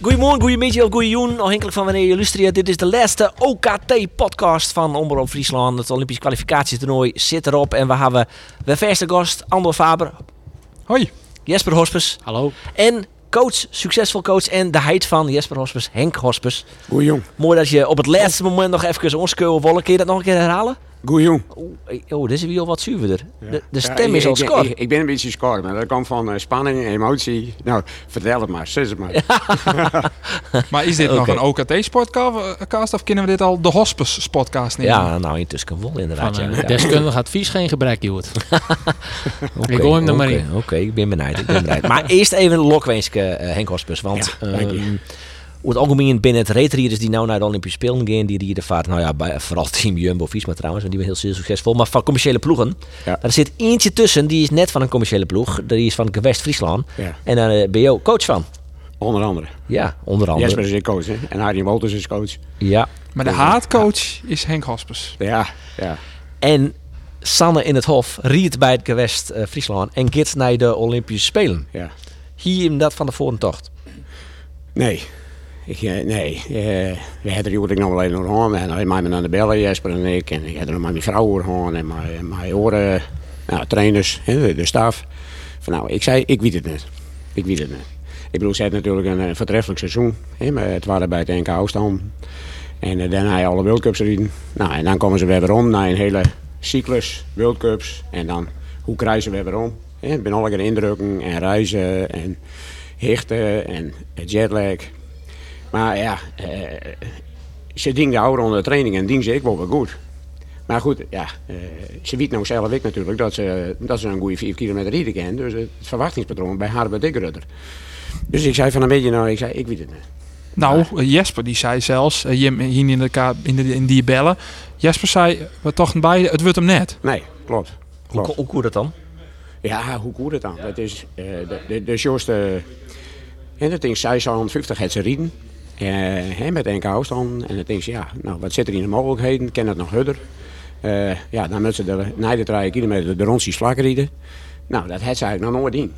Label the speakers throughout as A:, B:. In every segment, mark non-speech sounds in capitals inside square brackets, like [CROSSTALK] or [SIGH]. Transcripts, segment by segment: A: Goedemorgen, goeiemiddag of goeiejoen, afhankelijk van wanneer je luistert. Dit is de laatste OKT-podcast van Omroep Friesland. Het Olympisch kwalificatietoernooi zit erop en we hebben de verste gast, Andor Faber,
B: Hoi.
A: Jesper Hospes
B: Hallo.
A: en coach, succesvol coach en de heid van Jesper Hospes, Henk Hospes.
B: Goeie jong.
A: Mooi dat je op het laatste moment nog even ons keur wollen. Kun je dat nog een keer herhalen?
B: Goeie jong.
A: Oeh, eh, Oh, dit is weer al wat zuurder. De, de
C: Ja,
A: stem
C: ik-
A: is al
C: ik-
A: score.
C: Ik, ik ben een beetje score, maar dat komt van eh, spanning, emotie. Nou, vertel het maar, zeg het maar.
B: Maar is dit nog
A: Oké.
B: een OKT-podcast eh, of kunnen we dit al de hospice-podcast nemen?
A: Ja, nou intussen wel inderdaad.
D: Van eh,
A: ja,
D: een
A: inderdaad.
D: deskundig advies geen gebrek, Joert.
A: Oké,
D: Ik hoor hem er maar
A: oké,
D: in.
A: Oké, ik ben benijd. Ik ben benijd. maar eerst even een lokwenske, eh, Henk Hospers. Want ehm over het algemeen binnen het reetrieders die nou naar de Olympische Spelen gaan, die rieden vaart, nou ja, bij, vooral team Jumbo Visma trouwens, want die zijn heel succesvol, maar van commerciële ploegen.
C: Ja.
A: Daar zit eentje tussen, die is net van een commerciële ploeg, die is van Gewest Friesland.
C: Ja.
A: En daar eh, ben je ook coach van.
C: Onder andere.
A: Ja, onder andere.
C: Jesper is een coach hè? en Harry Wolters is coach.
A: Ja.
B: Maar de haatcoach is Henk Hospes.
C: Ja, ja.
A: En Sanne in het Hof riet bij het Gewest eh, Friesland en gaat naar de Olympische Spelen.
C: ja.
A: Hier in dat van de vorentocht.
C: Nee. Ik, eh, nee. Eh, we hadden Jorik nog alleen nog aan. En hij maakte me aan de bellen, Jesper en ik. En ik had er nog maar mijn vrouw hoor aan en mijn, en mijn oren, nou, trainers, hè, de staf. Van, nou, ik zei, ik weet het niet. Ik weet het niet. Ik bedoel, ze had natuurlijk een, eh, voortreffelijk seizoen. Hè, maar het waren bij het NK Oostam. En eh, daarna hij alle World Cups rieden. Nou, en dan komen ze weer weer om naar een hele cyclus World Cups. En dan, hoe krijgen ze weer weer om? Hè, Ik ben alle keer indrukken en reizen en hichten en jetlag. Maar ja, eh, ze ding de ouder onder de training en ding ze ik wel weer goed. Maar goed, ja, eh, ze weet nou zelf ik natuurlijk dat ze, dat ze een goede 4 kilometer rijden kan. Dus het verwachtingspatroon bij haar bij Dikrudder. Dus ik zei van een beetje, nou, ik zei, ik weet het niet.
B: Nou, eh, Jesper die zei zelfs, eh, Jim hier in, de ka- in, de, in die bellen, Jesper zei, we tochten bij, het wordt hem net.
C: Nee, klopt.
A: Hoe,
C: klopt.
A: hoe komt dat dan?
C: Ja, hoe komt het dan? Dat is, eh, de, de, de Joost, eh, en dat ding, zij zou 50 het ze rieden. Eh, hè, met NK afstand. En dan denk je, ja, nou, wat zit er in de mogelijkheden? Ken het nog hudder? Eh, ja, dan moeten ze de, na de 3 kilometer de rondjes vlak rieden. Nou, dat had ze eigenlijk nog nooit in.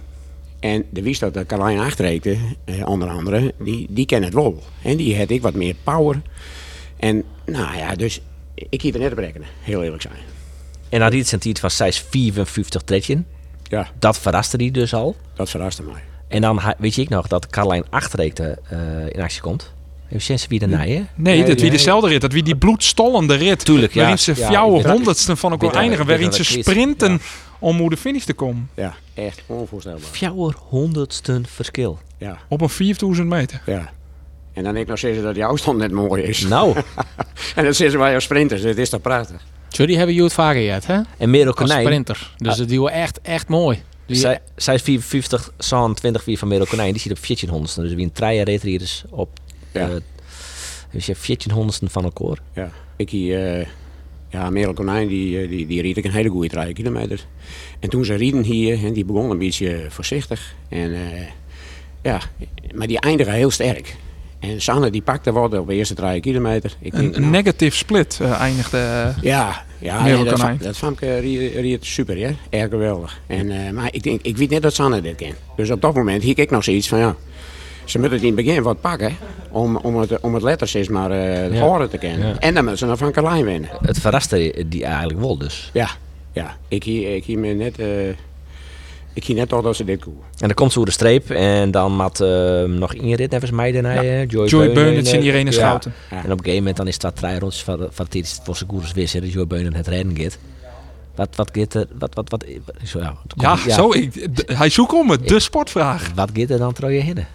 C: En de wies dat de Carlijn achterreekte, eh, onder andere, die, die kent het wel. En die had ik wat meer power. En nou ja, dus ik hier er net op rekenen, heel eerlijk zijn.
A: En dan riet het van 654 tredjen.
C: Ja,
A: Dat verraste die dus al.
C: dat verraste mij.
A: En dan ha- weet je ik nog dat Carlijn Achterreekte eh, in actie komt. Even sinds wie daarna, hè?
B: Nee,
C: Nee,
B: dat wie
C: nee.
B: dezelfde rit, dat wie die bloedstollende rit.
A: Tuurlijk, ja.
B: Waarin ze
A: Ja,
B: jouwe
A: ik weet-
B: honderdsten van elkaar
A: weet dat-
B: eindigen,
A: ik weet
B: waarin ze
A: dat ik wist.
B: sprinten om hoe de finish te komen.
C: Ja, echt onvoorstelbaar.
A: Fjouwer honderdsten verschil.
C: Ja,
B: Op een 4000 meter.
C: ja. En dan denk ik nog steeds dat jouw stand net mooi is.
A: Nou,
C: En dan zeggen wij als sprinters, dit is toch prachtig.
D: Jullie hebben Joert vaker gehad, hè?
A: en Merel
D: Als
A: Konijn.
D: sprinter. Dus het duo echt, echt mooi. Die-
A: zij- 654, zo'n 20 wie van Merel Konijn. Die zit op 1400ste. Dus wie een treien reed hier dus op...
C: Ja.
A: eh, dus je hebt 1400ste van elkaar.
C: Ja. Ik hier, eh, ja, Merel Konijn, die, eh, die, die riet ik een hele goede 3 kilometer. En toen ze rieden hier, en die begon een beetje voorzichtig. En, eh, ja, maar die eindigen heel sterk. En Sanne die pakte wat op de eerste 3 kilometer. Ik denk,
B: Een, een
C: nou,
B: negative split eh, eindigde. eh,
C: Ja, ja,
B: Merel
C: ja dat,
B: Konijn.
C: va- dat Famke rie- riet super, ja. Erg geweldig. En, eh, maar ik, denk, ik weet net dat Sanne dit kent. Dus op dat moment hiek ik nog zoiets van, ja... Ze moeten het in het begin wat pakken om, om, het, om het letters eens maar eh
A: Ja.
C: horen te kennen.
A: Ja.
C: En dan moeten ze nog van Carlijn winnen.
A: Het verraste die eigenlijk wel dus.
C: Ja, ja. Ik hier, ik hier me net... eh, ik hier net al dat ze dit koe.
A: En dan komt ze over de streep. En dan mat eh, nog Ingrid even mij daarna. eh, Joy,
B: Joy Beunens
A: eh,
B: en Irene
A: ja.
B: Schouten.
C: Ja.
A: En op een gegeven moment dan is dat drie rondjes van, van het eerste voor Seguros wist, hè, dat Joe Beunen het rennen gaat. Wat, wat gaat er, wat, wat, wat, zo, ja, het
B: Ja,
A: komt-
B: zo. Ik, d- hij zoekt om het. De sportvraag.
A: Wat gaat er dan trouwens hinnen?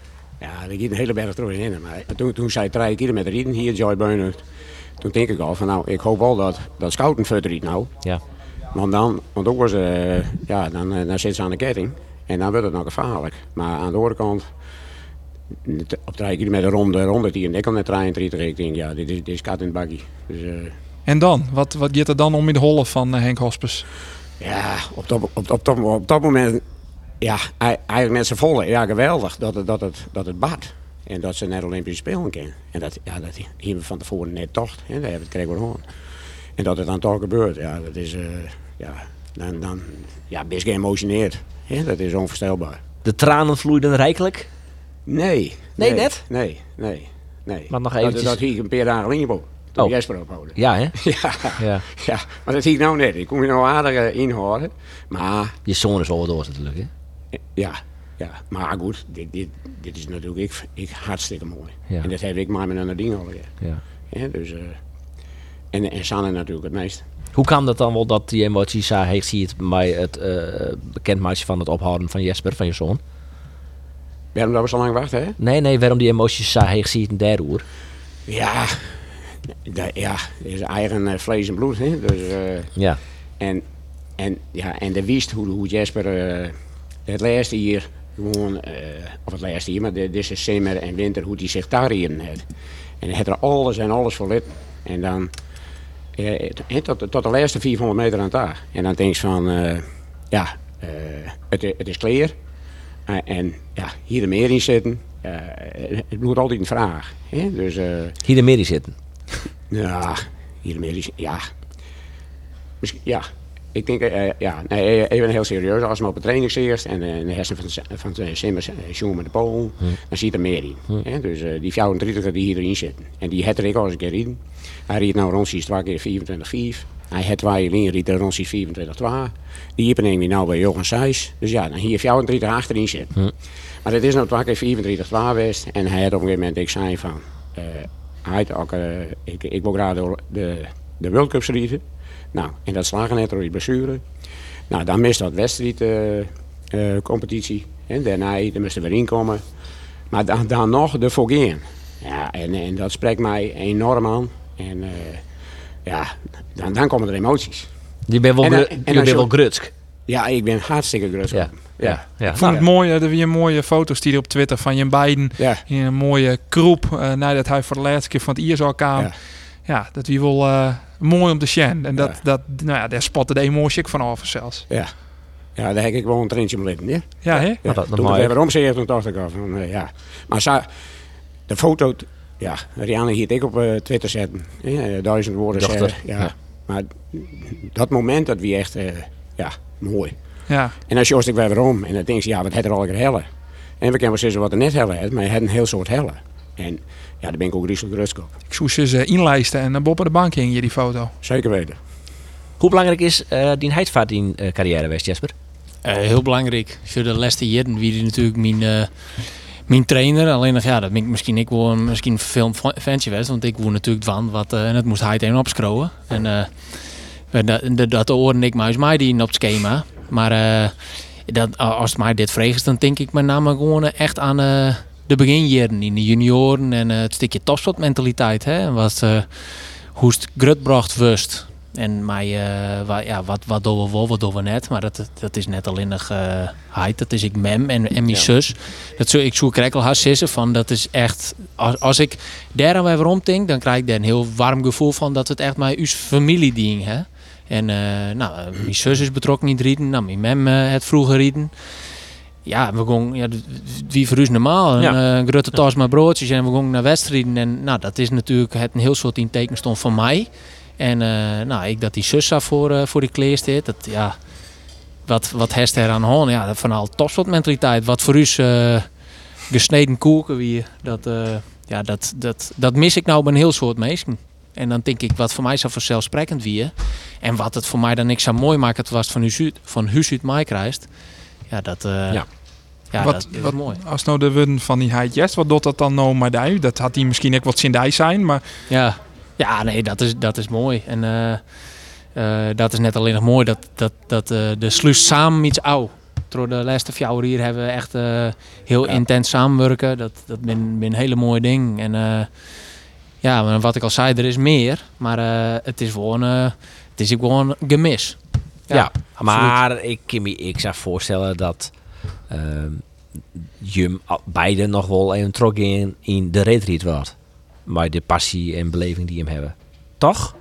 C: Ja, er ging een hele berg terug in. Maar toen, toen zij drie kilometer rieden hier, Joy Beunert... Toen denk ik al van, nou, ik hoop wel dat, dat Schouten verder riet nou.
A: Ja.
C: Want dan, want ook was, eh, ja, dan, eh, dan zit ze aan de ketting. En dan wordt het nog gevaarlijk. Maar aan de andere kant, t- op drie kilometer rond de ronde, die en ik al net 33, ik denk, ja, dit is, dit is kat in het bakkie. Dus, eh,
B: En dan? Wat, wat gaat er dan om in de holle van eh, Henk Hospes?
C: Ja, op dat, op, op, dat- op dat moment, ja, ei- eigenlijk met z'n volle, ja, geweldig dat het, dat het, dat het bad. En dat ze net Olympische Spelen kennen. En dat, ja, dat hier van tevoren net toch, hè, daar hebben we het gekregen hoor. En dat het dan toch gebeurt, ja, dat is, eh, ja, dan, dan, ja, best geëmotioneerd. hè, dat is onvoorstelbaar.
A: De tranen vloeiden rijkelijk.
C: Nee.
A: Nee, net?
C: Nee, nee, nee.
A: Maar nog
C: Dat,
A: eventjes-
C: dat hier een paar dagen in je toen
A: Oh.
C: Jesper ophouden.
A: Ja, hè?
B: [LAUGHS]
C: Ja.
A: Ja.
C: ja, maar dat zie ik nou net. Ik kom je nou aardig eh, inhouden. Maar
A: Je zoon is al wat door natuurlijk, hè?
C: Ja, ja. maar goed, dit, dit, dit is natuurlijk ik, ik hartstikke mooi.
A: Ja.
C: En dat heb ik maar met een ding al weer.
A: Ja.
C: Ja, dus, eh, en, en Sanne natuurlijk het meest.
A: Hoe kwam dat dan wel dat die emotie zo heet zie het bij het eh bekendmaakje van het ophouden van Jesper, van je zoon?
C: Waarom dat we zo lang wachten, hè?
A: Nee, nee, waarom die emotie zo heet zie het een derde uur?
C: Ja, dat, ja, dat is eigen eh, vlees en bloed, hè? Dus, eh,
A: Ja.
C: En, en, ja, en de wist hoe, hoe Jesper eh, het laatste hier gewoon, eh, of het laatste hier, maar de- deze zomer en winter, hoe hij zich daarin had. En hij had er alles en alles voor lid. En dan eh, het- het tot, tot de laatste 400 meter aan het dag. En dan denk je van, eh, ja, eh, het, i- het is clear. Eh, en ja, hier en meer in zitten. eh, het bloedt altijd een vraag. Hè? Dus, eh,
A: Hier in midden zitten.
C: ja, hiermee is... Ja. Misschien, ja. Ik denk, eh, ja, nee, eh, even heel serieus. Als we op een training eerst en eh, de hersenen van, de- van de Simmers, eh, Schumann de Pool, dan zit er meer in. hè. Dus eh, die 34 die hierin zitten. En die had er ik al eens een keer in. Hij riet nou rondjes twee keer 24-5. Hij had twee in, riet er rondjes 24-2. Die hiepen neem nou bij Johan Seys. Dus ja, dan hier 34 achterin zitten. Maar het is nou twee keer 24 12 geweest. En hij had op een gegeven moment, ik zei van... eh, hij had ook, eh, ik, ik wil graag de, de, de World Cup schrijven. Nou, en dat slagen net door die blessure. Nou, dan mist dat wedstrijd eh, eh, competitie. En daarna, dan moesten we erin komen. Maar dan, dan nog de volgende. Ja, en, en dat spreekt mij enorm aan. En eh, ja, dan, dan komen er emoties.
A: Je bent wel,
C: En, eh,
A: gru-
C: en
A: je
C: als
A: bent
C: je-
A: wel grutsk.
C: Ja, ik ben hartstikke gerust.
A: Ja. Ja. Nou, ja.
B: Ik vond het mooi, eh, er weer mooie foto's die er op Twitter van je beiden
C: Ja.
B: in een mooie kroep eh, nadat hij voor de laatste keer van het ISO kwam.
C: Ja.
B: Ja, dat wie wel eh, mooi om te zien. En dat,
C: Ja.
B: dat, nou ja, daar spotte de emotie ook van af zelfs.
C: Ja. Ja, daar heb ik gewoon een trintje om litten, hè?
B: Ja, hè?
C: Ja,
A: Nou, dat- dat
C: toen
A: mag
C: ik
A: ik.
C: even omzeeg, toen dacht ik al van, eh, ja. Maar sa- de foto, t- ja, Rianne hier ik op eh, Twitter zetten. hè, eh, duizend woorden
A: Dochter,
C: zeggen. Ja.
A: ja.
C: Maar dat moment, dat wie echt, eh, ja, mooi.
B: Ja,
C: En dan jorst ik weer weer om en dan denk je, ja, wat had er al een helle? En we kennen wel zeggen wat er net helle had, maar je had een heel soort helle. En ja, daar ben ik ook griezelig gerust op.
B: ik zoest ze eens, eh, inlijsten en dan boppen de bank in je die foto.
C: Zeker weten.
A: Hoe belangrijk is eh die heidvaart in eh, carrière geweest, Jesper?
D: [LAUGHS] Eh, heel belangrijk. Als je de laatste jaren wie die natuurlijk mijn, eh, mijn trainer. Alleen nog ja, dat ben ik misschien ik wel een- misschien een film fancy was, want ik woon natuurlijk van wat eh, en dat moest hij het even opscrollen. En eh, we- dat, dat, dat hoorde ik maar eens mij die op het schema. Maar eh, dat, a- als het mij dit vreest, dan denk ik met name gewoon eh, echt aan eh, de beginjaren in de junioren en eh, het stukje topsportmentaliteit. Hè? En Wat, eh hoe het grut bracht wust. En mij, eh, wa- ja, wat, wat doen we wel, wat doen we net. Maar dat, dat is net alleen nog eh heid. Dat is ik mem en, en mijn zus. Dat zo, ik zoek er al haar zussen van. Dat is echt, als, als ik daar aan weer om denk, dan krijg ik daar een heel warm gevoel van. Dat het echt mijn uw familie ding, hè. En eh, nou, eh, mijn zus is betrokken in het rieden. Nou, mijn mem eh, het vroeger rieden. Ja, we gingen, ja, d- wie voor u is normaal? Een
A: Ja.
D: eh, grote tas met broodjes en we gingen naar wedstrijden. En nou, dat is natuurlijk het een heel soort in teken stond van mij. En eh, nou, ik dat die zus zag voor, eh, voor die kleer zit. Dat, ja, wat, wat heeft er aan hon? Ja, dat van al topsportmentaliteit. Wat voor u is, eh, gesneden koeken weer. Dat, eh, ja, dat, dat, dat mis ik nou bij een heel soort mensen. En dan denk ik, wat voor mij zo vanzelfsprekend wie. En wat het voor mij dan niks zo mooi maakt, het was van huis uit, van huis uit mij krijgt. Ja, dat, eh,
A: Ja.
D: ja.
B: Wat-
D: dat, dat
B: wat-
D: is mooi.
B: Als nou de wudden van die heid yes, wat doet dat dan nou maar daar? Dat had hij misschien ook wat zindij zijn, maar
D: Ja, ja nee, dat is, dat is mooi. En eh, eh, dat is net alleen nog mooi dat, dat, dat eh, de sluis samen iets ouw. Door de laatste vier jaar hier hebben we echt eh, heel
C: Ja.
D: intens samenwerken. Dat, dat ben, ben een hele mooie ding. En eh, ja, maar wat ik al zei, er is meer. Maar eh, het is gewoon, eh, het is ook gewoon een gemis.
A: Ja, maar ik kan me ik zou voorstellen dat ehm Jum al- beide nog wel een trok in, in de retreat wordt. Maar de passie en beleving die hem hebben. Toch?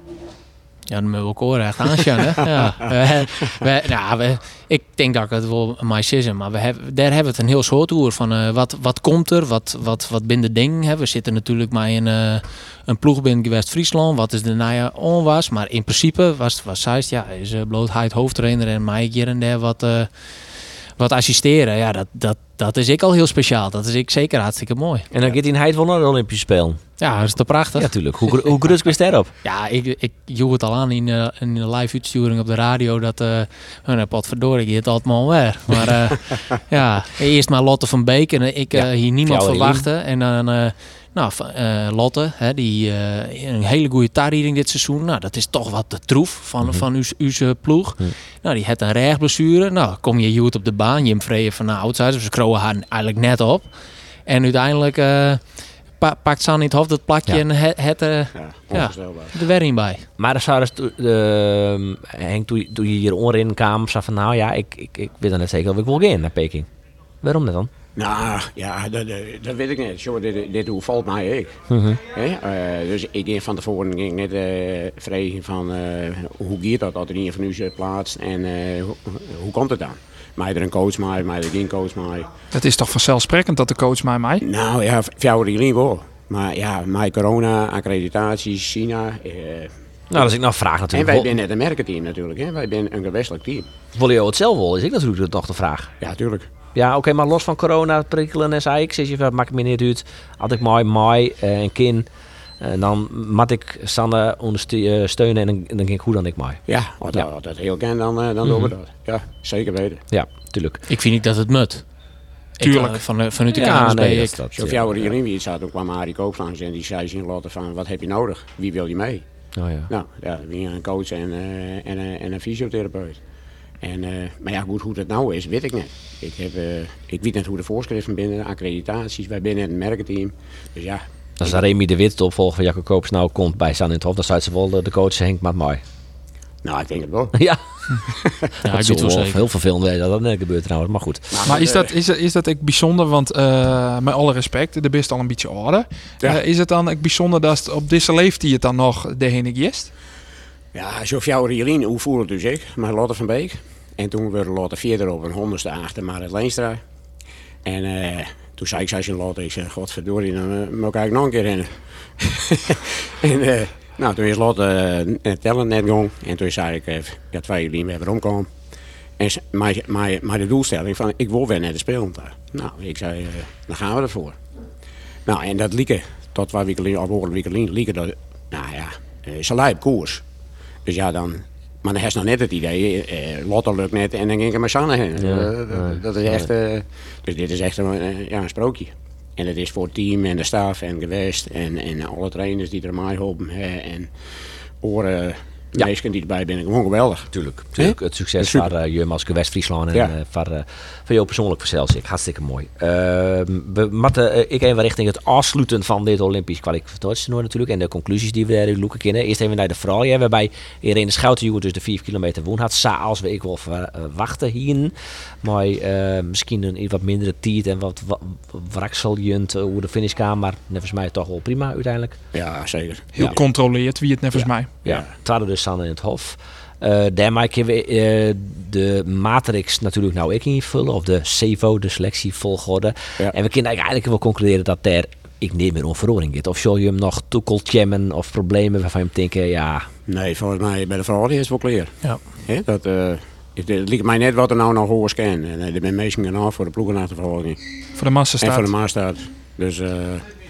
D: Ja, dan moet ik ook echt aanstaan. hè? ja. We, we, nou, we, ik denk dat ik het wel mij is, maar we hebben, daar hebben we het een heel soort over van eh, wat, wat komt er, wat, wat, wat binnen de ding. Hè? We zitten natuurlijk maar in eh, een ploeg binnen geweest Friesland, wat is de naja onwas, maar in principe was, was Zeist, ja, is eh, bloot hij het hoofdtrainer en mij hier en daar wat, eh, wat assisteren. Ja, dat, dat, dat is ik al heel speciaal. Dat is ik zeker hartstikke mooi.
A: En dan gaat hij in Heid wel naar de Olympische Spelen.
D: Ja, dat is toch
A: Ja,
D: prachtig.
A: natuurlijk. Hoe, gro- hoe groot is daarop?
D: Ja, ik, ik joeg het al aan in, eh, in de live uitsturing op de radio dat eh nou, potverdorie, je het altijd maar weer. Maar eh, ja, eerst maar Lotte van Beek en eh, ik eh,
A: Ja,
D: hier niemand
A: jouw
D: verwachtte. En dan, eh, nou, van, eh, Lotte, hè, die eh, een hele goede tarrieding dit seizoen. Nou, dat is toch wat de troef van, van uw, uw eh, ploeg.
A: Mhm.
D: Nou, die had een rechtblessure. Nou, kom je Joet op de baan, je vreeën van de outside. Dus ze kroegen haar eigenlijk net op. En uiteindelijk eh, pa- pakt San in het hoofd dat plakje
A: Ja.
D: en het, het eh,
C: Ja, onvoorstelbaar.
D: de werking bij.
A: Maar dan zou dus, to- de- ehm, Henk, toen je- toen je hier onderin kwam, zei van nou ja, ik, ik, ik weet dan net zeker of ik wil gaan naar Peking. Waarom dat dan?
C: Nou, ja, dat, dat, dat weet ik niet. Zo, dit, dit hoe valt mij ik. Hè? Eh, dus ik ging van tevoren ging ik net eh, vragen van eh, hoe gaat dat dat er een van u zich plaatst en eh, hoe, hoe komt het dan? Mij er een coach mij, mij er geen coach mij.
B: Het is toch vanzelfsprekend dat de coach mij mij.
C: Nou ja, jou jullie wel. Maar ja, mijn corona, accreditaties, China. eh,
A: Nou, dat is ik nou vraag
C: en
A: natuurlijk.
C: wij
A: Wil-
C: zijn net een merkenteam natuurlijk. Hè? Wij zijn een gewestelijk team.
A: Wil je het zelf wel? Is ik natuurlijk de- toch de vraag.
C: Ja, tuurlijk.
A: Ja, oké, maar los van corona, prikkelen en zei ik, zeg je van, maakt me niet uit. Had ik mooi, mooi eh, en kin, eh, dan moet ik Sanne ondersteunen en dan, dan ging ik goed dan ik mooi.
C: Ja, als
A: Ja.
C: dat- als dat heel kan, dan, eh, dan doen we dat. Ja, zeker weten.
A: Ja, tuurlijk.
D: Ik vind niet dat het mut.
B: Tuurlijk.
D: Ik, eh, van, eh, vanuit de
A: ja,
D: KNSB.
A: dat
D: ik,
A: is dat,
C: Zo
A: ja.
C: jou jullie wie zat, toen kwam Arie Koop langs en die zei zien laten van wat heb je nodig? Wie wil je mee?
A: Oh, ja.
C: Nou, ja, wie een coach en, eh, en, eh, en een fysiotherapeut. En, eh, maar ja, goed, hoe dat nou is, weet ik niet. Ik, heb, eh, ik weet niet hoe de voorschriften binnen, de accreditaties, wij binnen het merkenteam. Dus ja,
A: Als Remy de Wit, de opvolger van Jacco Koops, nou komt bij San in het Hof, dan zou ze wel de, de coach Henk maakt mooi. [LAUGHS]
C: nou, ik denk het wel.
A: ja,
D: ja,
A: dat
D: ik doe
A: is
D: het wel
A: wel
D: zeker.
A: heel vervelend eh, dat dat net gebeurt trouwens, maar goed.
C: Ah,
B: Maar is dat, is, dat, is dat ik bijzonder, want eh, met alle respect, de best al een beetje ouder.
C: Ja.
B: Eh, is het dan ook bijzonder dat het op deze leeftijd het dan nog de henig is?
C: Ja, zo jou Rielien, hoe voelde het u zich? Maar Lotte van Beek. En toen werd Lotte verder op een honderdste achter Marit Leenstra. En eh, toen zei ik, zei ze Lotte, ik zeg, godverdorie, dan eh, moet ik eigenlijk nog een keer rennen. [LAUGHS] en eh, nou, toen is Lotte eh, het tellen net gong. En toen zei ik, eh, ja, twee Rielien, we hebben omkomen. En ze- maar, maar, maar de doelstelling van, ik wil weer naar de spelen daar. Nou, ik zei, eh, dan gaan we ervoor. Nou, en dat lieke, tot waar wikkelin, of horen wikkelin, lieke dat, nou ja, eh, ze lijp koers. Dus ja, dan. Maar dan heb je nog net het idee, eh, Lotte lukt net en dan ging ik met Sanne heen.
A: Ja,
C: Eh, dat-
A: nee,
C: dat is echt, eh, dus dit is echt een, eh, ja, een sprookje. En dat is voor het team en de staf en gewest en, en alle trainers die er mij helpen. hè, en oren,
A: Ja.
C: mensen die erbij zijn, gewoon geweldig.
A: Tuurlijk, tuurlijk. het succes
C: Super.
A: van uh, Jurmaske West-Friesland en
C: Ja.
A: eh, van, eh, van jou persoonlijk verzels ik. Hartstikke mooi. Eh, we matten eh, ik even richting het afsluiten van dit Olympisch kwalificatietoernooi natuurlijk en de conclusies die we daaruit loeken kennen. Eerst even naar de vrouw, ja, waarbij Irene Schouten dus de 4 kilometer woon had. Sa als we ik wel ver- eh, wachten hier, maar eh, misschien een iets wat mindere tijd en wat wa- wrakseljend eh, hoe de finish kwam, maar volgens mij toch wel prima uiteindelijk.
C: Ja, zeker.
B: Heel
A: Ja.
B: controleerd, wie het net volgens mij.
A: Ja.
C: Ja.
A: Twadde dus Sanne in het Hof. Eh daarmee kunnen we eh, de matrix natuurlijk nou ik invullen. Of de CEVO, de selectievolgorde.
C: Ja.
A: En we kunnen eigenlijk wel concluderen dat daar ik niet meer om verhoring gaat. Of zul je hem nog toekeltjemmen of problemen waarvan je hem denkt, eh, ja...
C: Nee, volgens mij bij de vrouwen is het wel clear.
D: Ja.
C: Hè, dat, eh, het, het lijkt mij net wat er nou nog hoor scan. En eh, er zijn mensen gaan af voor de ploegenachtervolging.
B: Voor de massa
C: En voor de
B: staat.
C: maastart. Dus eh,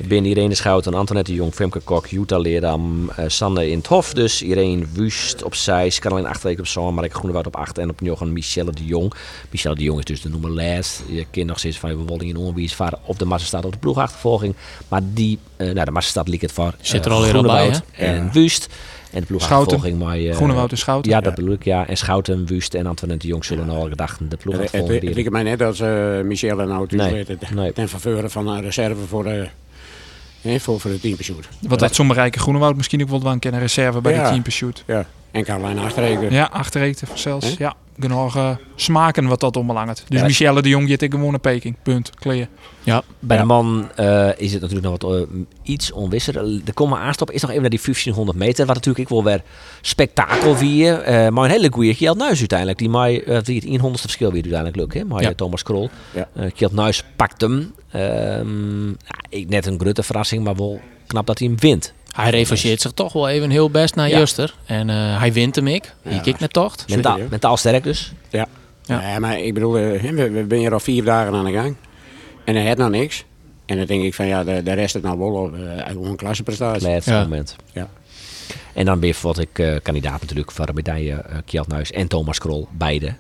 A: Binnen Irene Schouten, Antoinette Jong, Femke Kok, Jutta Leerdam, eh, Sanne in het Hof dus. Irene Wust op 6, Caroline Achterwijk op Zoom, Mark Groenewoud op 8 en op Johan Michelle de Jong. Michelle de Jong is dus de nummer laatst. Je kind nog steeds van Wolling in Onwies varen op de massastaat op de ploegachtervolging. Maar die, eh nou de massastaat liep het voor
D: Zit er
A: eh,
D: alweer al bij,
A: Groenewoud
C: hè?
A: en
C: Ja.
A: Wust. En de ploegachtervolging maar... eh,
B: Groenewoud en Schouten.
A: Ja, dat bedoel ik, ja. En Schouten, Wust en Antoinette de Jong zullen al gedachten de
C: het, het, het
A: ploegachtervolging delen.
C: lijkt mij net als eh, Michelle nou thuis
A: Nee,
C: werd, het-
A: nee.
C: ten faveur van een reserve voor, de, hè, voor, voor de teampursuit.
B: Wat dat sommige rijke Groenewoud misschien ook wel wel een keer een reserve bij
C: Ja.
B: de team pursuit.
C: Ja. En Caroline Achterreken.
B: Ja, achterreekte vanzelfs.
C: Hè?
B: Ja, genoeg eh, smaken wat dat ombelangt. Dus
A: Ja.
B: Michelle de Jong, je hebt ik gewoon naar Peking. Punt. Clear.
D: Ja,
A: Bij
D: ja.
A: de man eh, is het natuurlijk nog wat, eh, iets onwisser. De komma aanstap is nog even naar die 1500 meter. Wat natuurlijk ik wel weer spektakel wie. eh maar een hele goeie Kjeld Nuis uiteindelijk. Die mij eh, die het 100ste verschil weer uiteindelijk lukt. Hè? Maar
D: Ja.
A: eh, Thomas Krol.
C: Ja.
A: Eh, Kjeld Nuis pakt hem. Ehm, ja, ik, net een grote verrassing, maar wel knap dat hij hem wint.
D: Hij revancheert zich toch wel even heel best naar
A: Ja.
D: Juster. En eh, hij wint hem ik.
C: Ja.
D: Ik ik net tocht.
C: Zeker,
A: Mentaal,
C: ja.
A: mentaal sterk dus.
C: Ja.
D: Ja.
C: ja. maar ik bedoel, eh, hè, we, we zijn hier al vier dagen aan de gang. En hij had nog niks. En dan denk ik van ja, de, de rest is nou wel op, eh, gewoon een klasseprestatie.
A: Met
D: Ja.
A: moment.
C: Ja.
A: En dan weer wat ik eh, kandidaat natuurlijk voor de medaille eh Kjeld Nuis en Thomas Krol, beide.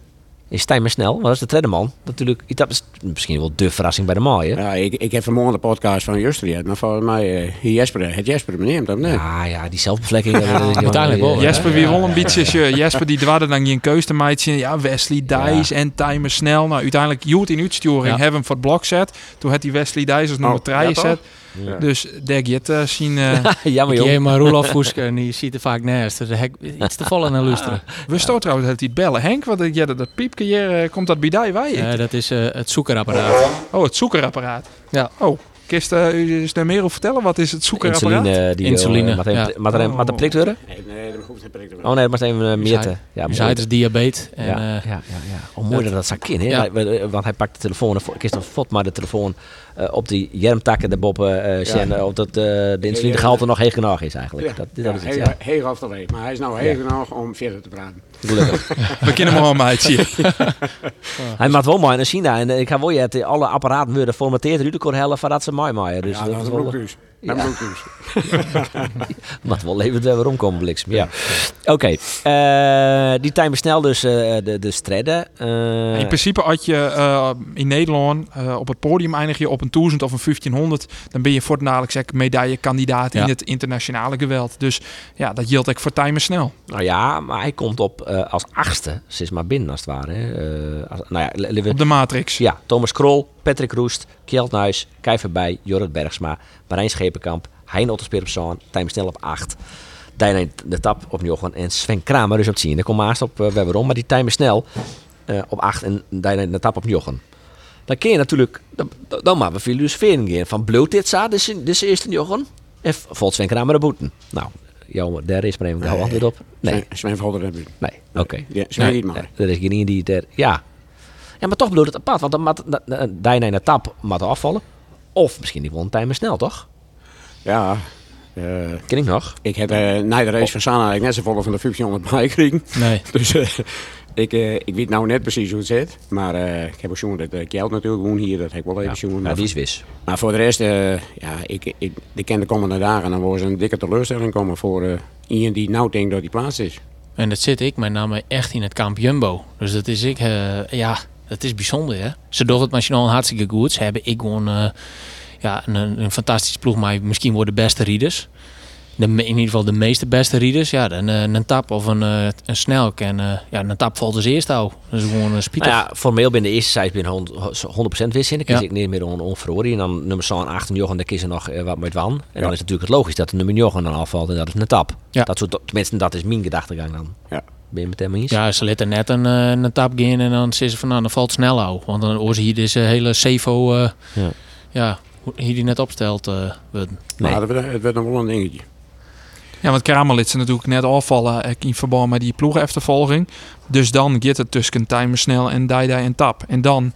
A: Is Tijmen snel, want dat is de tweede man. Natuurlijk, dat is misschien wel de verrassing bij de maaien. Ja.
C: Ja, ik, ik heb vanmorgen de podcast van Justin gehad, maar volgens mij eh Jesper, het Jesper beneemt hem, nee?
A: ja, die zelfbevlekking. [LAUGHS] eh, jongen,
D: uiteindelijk wel,
A: eh,
D: Ja.
B: Jesper, wie wil een
A: [LAUGHS]
B: beetje is je. Jesper, die dwarde dan geen keus te meidje. Ja, Wesley Dijs en Timer Snel. Nou, uiteindelijk Joet in uitsturing
D: Ja.
B: hebben hem voor het blok zet. Toen had hij Wesley Dijs als nummer
C: Oh,
B: 3
C: ja, toch?
B: zet.
C: Ja.
B: Dus Dirk Jit eh, zien...
D: [LAUGHS]
B: eh,
A: Jammer
D: Ik
A: joh.
D: heb maar Roelof Voeske en die ziet er vaak nergens. Dus hek, iets te vallen [LAUGHS] naar luisteren.
B: We stoten trouwens dat hij het bellen. Henk, wat ik- ja, dat, dat piepje hier, eh, komt dat bij die wij?
D: Eh, dat is eh, het zoekerapparaat.
B: Oh, het zoekerapparaat.
D: Ja.
B: Oh, kist, eh, u is daar meer over vertellen? Wat is het zoekerapparaat?
A: Insuline. eh, Die
D: Insuline,
A: maar
D: ja.
A: een
B: Oh.
A: prikt worden?
C: Nee, nee, dat hoeft niet prikken.
A: Oh nee, maar even eh, meer
D: hij-
A: te. Ja,
D: Dus
A: mooi.
D: hij is diabetes. En,
A: ja,
D: eh,
A: ja, ja, ja. Oh, mooi dat dat zou kunnen. hè?
D: Ja.
A: Hij- we- eh, Want hij pakt de telefoon, en vo- ik is een fot, maar de telefoon eh, op die jermtakken de boppen eh zijn, eh, of dat eh, de insulinegehalte nog heel genoeg is eigenlijk. Dat, dat is het, ja.
C: Heel af te leven, maar hij is nou heel genoeg om verder te praten.
A: Gelukkig.
B: We kennen hem al,
D: [LAUGHS]
B: meidje.
A: hij maakt wel mooi naar China en eh, ik ga wel je het, alle apparaten worden formateerd, Ruud de Korhelle, van dat ze mooi maaien. Dus
C: ja,
A: dat
C: dat is
A: is
C: een
A: wel,
C: broekhuis. Dat is een broekhuis.
A: maar wel even weer omkomen, bliksem. Ja. Oké, eh, die timer snel dus eh, de, de stredden. eh,
B: In principe had je eh, in Nederland eh, op het podium eindig je op een 1000 of een 1500. Dan ben je voortdurend zeg medaillekandidaat
D: Ja.
B: in het internationale geweld. Dus ja, dat geldt ook voor Timer snel.
A: Nou ja, maar hij komt op eh, als achtste, ze is maar binnen als het ware. hè. Eh, als, nou ja, le- le- we-
B: Op de Matrix.
A: ja, Thomas Krol, Patrick Roest, Kjeld Nuis, Kai Verbij, Jorrit Bergsma, Marijn Schepenkamp, Hein Otterspeer op Zoon, Tijm Snel op 8. Dijn de Tap op Jochen en Sven Kramer dus op 10. Daar komt Maast op uh, Webberom, maar die Tijm Snel eh, op 8 en Dijn de Tap op Jochen. Dan kun je natuurlijk, dan, dan- dan maar we filosoferen gaan van bloot dit zaad, dit is- dit is de eerste Jochen. En v- volgt Sven Kramer de boeten. Nou, jammer, daar is maar even gauw
C: Nee.
A: antwoord op. Nee,
C: Sven- Sven Volder hebben we.
A: nee, oké.
C: Ja, Sven niet
A: Ja,
C: maar.
A: Er is geen die der. Ja. Ja, maar toch bloedt het apart. Want dan moet da- da- Dijna in de tap moet afvallen. Of misschien die won timer snel, toch?
C: Ja, eh,
A: Ken ik nog.
C: ik heb eh na de
A: Oh.
C: race van Sana eigenlijk net zo vol van de 1500 mij gekregen. [LAUGHS]
D: nee.
C: Dus eh, ik, eh, ik weet nou net precies hoe het zit. Maar eh, ik heb ook zoen dat uh, Kjeld natuurlijk woont hier. Dat heb ik wel even zoen.
A: Nou,
C: Maar,
A: die is wis.
C: maar voor de rest, eh, ja, ik, ik, ik ken de komende dagen. Dan wordt er een dikke teleurstelling komen voor eh iemand die nou denkt dat die plaats is.
D: En dat zit ik met name echt in het kamp Jumbo. Dus dat is ik, eh, ja, dat is bijzonder hè. Ze doen het nationaal hartstikke goed. Ze hebben ik gewoon eh, ja, een, een fantastische ploeg, maar misschien worden de beste rieders. De, me- in ieder geval de meeste beste rieders. Ja, dan, eh, een tap of een, eh, een snelk. En eh, ja, een tap valt als eerste al. Dat is gewoon eh, een spieter.
A: Nou ja, formeel ben de eerste site binnen 100%, 100 wis. in. Dan kies
D: Ja.
A: ik niet meer on, onverhoren. En dan nummer 7 en 8 en Jochen, daar kiezen nog eh, wat met Wan. En dan is het natuurlijk het logisch dat de nummer Jochen dan afvalt. En dat is een tap.
D: Ja.
A: Dat soort, tenminste, dat is mijn gedachtegang dan.
C: Ja.
A: Ben je met hem eens?
D: Ja, ze letten net een, eh, een tap in en dan zitten ze van nou, dan valt snel al. Want dan oor ze hier deze hele CEFO, eh,
A: Ja.
D: ja. hoe- hier die net opstelt eh worden.
A: Nee.
C: Maar het werd- het werd nog wel een dingetje.
B: Ja, want Kramer liet ze natuurlijk net afvallen eh, in verband met die ploegenachtervolging. Dus dan gaat het tussen Timer snel en Daida en Tap. En dan,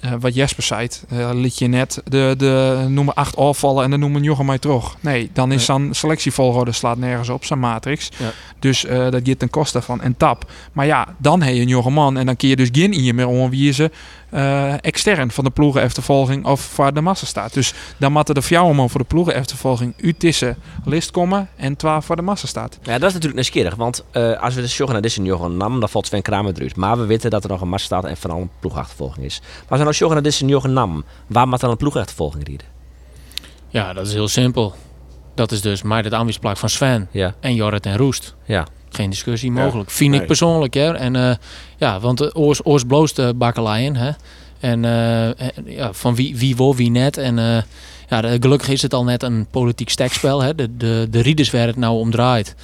B: eh, wat Jesper zei, eh, liet je net de, de nummer 8 afvallen en dan noemen Jochem mij terug. Nee, dan is zijn selectievolgorde slaat nergens op, zijn matrix.
D: Ja.
B: Dus eh, dat gaat ten koste van en Tap. Maar ja, dan heb je een jongeman en dan kun je dus geen hier meer omwiezen eh, extern van de ploegenachtervolging of waar de massa staat. Dus dan matten de man voor de ploegenachtervolging uit tussen list komen en 12 voor de massa staat.
A: Ja, dat is natuurlijk nieuwsgierig. Want eh, als we de Sjoggen naar Dissen Joggen nam, dan valt Sven Kramer eruit. Maar we weten dat er nog een mars staat en vooral een ploegachtervolging is. Maar als we nou Sjoggen naar Dissen Joggen nam, waar moet dan een ploegachtervolging rieden?
D: Ja, dat is heel simpel. Dat is dus maar het aanwijsplak van Sven
A: Ja,
D: en Jorrit en Roest.
A: ja.
D: Geen discussie
C: Ja,
D: mogelijk. Vind ik
C: nee.
D: persoonlijk, hè. En, eh, ja, want eh, Oors, Oors bloost de bakkeleien, hè. En eh, en, ja, van wie, wie won, wie net. En eh, ja, de- gelukkig is het al net een politiek stekspel. Hè. De, de, de rieders waar het nou om draait.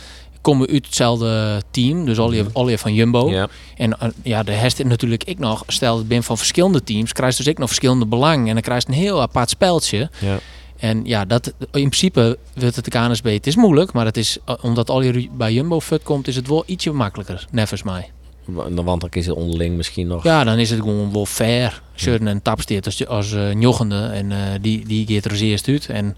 D: komen uit hetzelfde team. Dus al je,
C: Mhm.
D: al je van Jumbo.
A: Ja.
D: En eh, ja, de herst is natuurlijk ik nog. Stel, ik ben van verschillende teams. Krijg dus ik nog verschillende belangen. En dan krijg je een heel apart speltje.
A: Ja.
D: En ja, dat, in principe wordt het de KNSB. Het is moeilijk, maar het is, eh, omdat al je ru- bij Jumbo fut komt, is het wel ietsje makkelijker. Nevens mij.
A: Wa- Want dan is het onderling misschien nog.
D: Ja, dan is het gewoon wel fair. Søren en Tapsteert als, als eh, jochende. En eh, die, die geeft er als eerst uit. En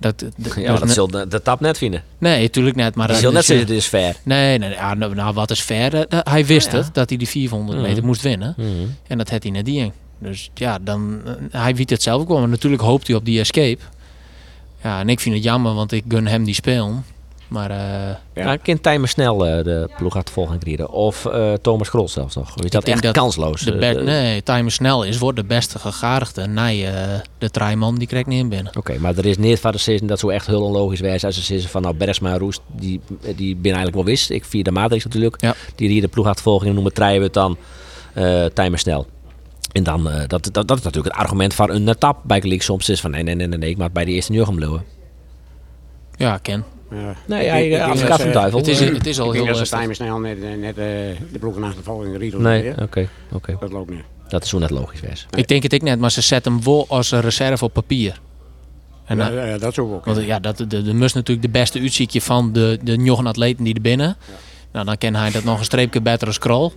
D: dat, d-
A: Ja,
D: dus
A: dat
D: ne-
A: zul de, de tap net vinden.
D: Nee, natuurlijk net. Maar
A: Die
D: dat
A: zul net
D: is, eh,
A: zeggen, dit is fair.
D: Nee, nee, ja, nou, nou, wat is ver? Dat- dat- hij wist
A: Oh, Ja.
D: het, dat hij die 400 meter
A: Mhm.
D: moest winnen. En dat had hij net die. Dus ja, dan, eh, hij weet het zelf ook wel. Maar natuurlijk hoopt hij op die escape. Ja, en ik vind het jammer, want ik gun hem die spelen. Maar eh,
C: Ja.
A: Ja. Kind Tijmen snel eh, de ploeg uit de volging rieden. Of eh, Thomas Krol zelfs nog. Is dat
D: denk
A: echt
D: dat
A: kansloos?
D: de
A: Eh,
D: be-
A: de-
D: nee, timer snel is, wordt de beste gegadigde. Nee, eh, de treiman die krijgt niet in binnen.
A: Oké, maar er is niet van de season dat zo echt heel onlogisch wijs. Als ze zeggen van nou Bergsma en Roest, die, die ben eigenlijk wel wist. Ik via de matrix natuurlijk.
D: Ja.
A: Die hier de ploeg uit de volging noemen Trijwe dan eh Tijmen snel. En dan, eh, dat, dat, dat is natuurlijk het argument van een eh, tap bij de league soms is van nee, nee, nee, nee, nee, ik maak bij de eerste Jurgen Bleuwen.
D: Ja, Ken.
C: Ja.
A: Nee,
C: Ik
A: ja,
C: denk- ik
A: ja,
C: denk
A: advocaat
C: dat
A: van
C: ze-
A: duivel.
D: Het is,
A: Eh,
D: het is al
C: Ik
D: heel
C: denk dat ze Stijn
D: lastig.
C: snel net, net eh, de ploeg in achtervolging riedelen.
A: Nee,
C: hè?
A: oké, oké.
C: Dat loopt niet.
A: Dat is zo net logisch wijs.
D: Ik denk het ik net, maar ze zetten hem wel als een reserve op papier. En dan-
C: Ja, ja, dat is ook wel.
D: Want eh, ja, dat, de, de must natuurlijk de beste uitziekje van de, de jonge atleten die er binnen. Nou, dan kan hij dat nog een streepje beter als Krol.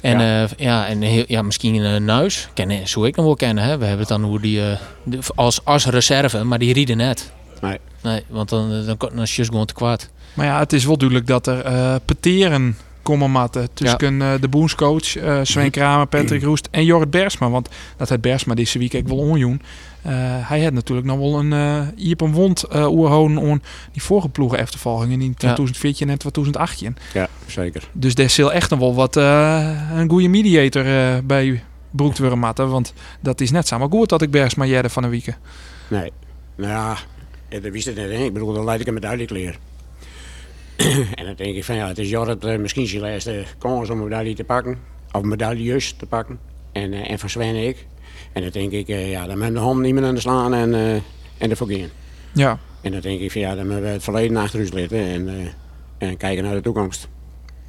D: En, ja. ja, en heel, ja, misschien een Nuis. Ken, eh, zou ik nog wel kennen. Hè? We hebben het dan hoe die, eh, de- als, als reserve, maar die rieden net.
C: Nee.
D: Nee, want dan, eh, dan, dan, dan is je gewoon te kwaad.
B: Maar ja, het is wel duidelijk dat er eh peteren komen matten tussen eh, de boenscoach, eh Sven Kramer, Patrick Roest en Jorrit Bersma. Want dat het Bersma deze week ik wil onjoen. Eh, hij had natuurlijk nog wel een eh hier op een wond eh oerhouden aan die vorige ploegen eftervolging in die 2014 en 2018.
C: Ja, zeker.
B: Dus daar zal echt nog wel wat eh, een goede mediator eh, bij Broek te worden matten. Want dat is net samen goed dat ik Bersma jerde van de week.
C: Nee. Nou ja, eh, dat wist het net. hè. Ik bedoel, dan leid ik hem met duidelijk leer. [CLEARS THROAT] en dan denk ik van ja, het is Jorrit eh, misschien zijn laatste kans om een medaille te pakken. Of medailles te pakken. En, eh, en van Sven en ik. En dan denk ik, eh, ja, dan moet de hand niet meer aan de slaan en, eh en ervoor gaan.
B: Ja,
C: En dan denk ik van ja, dan moeten we het verleden achter ons laten en, eh, en kijken naar de toekomst.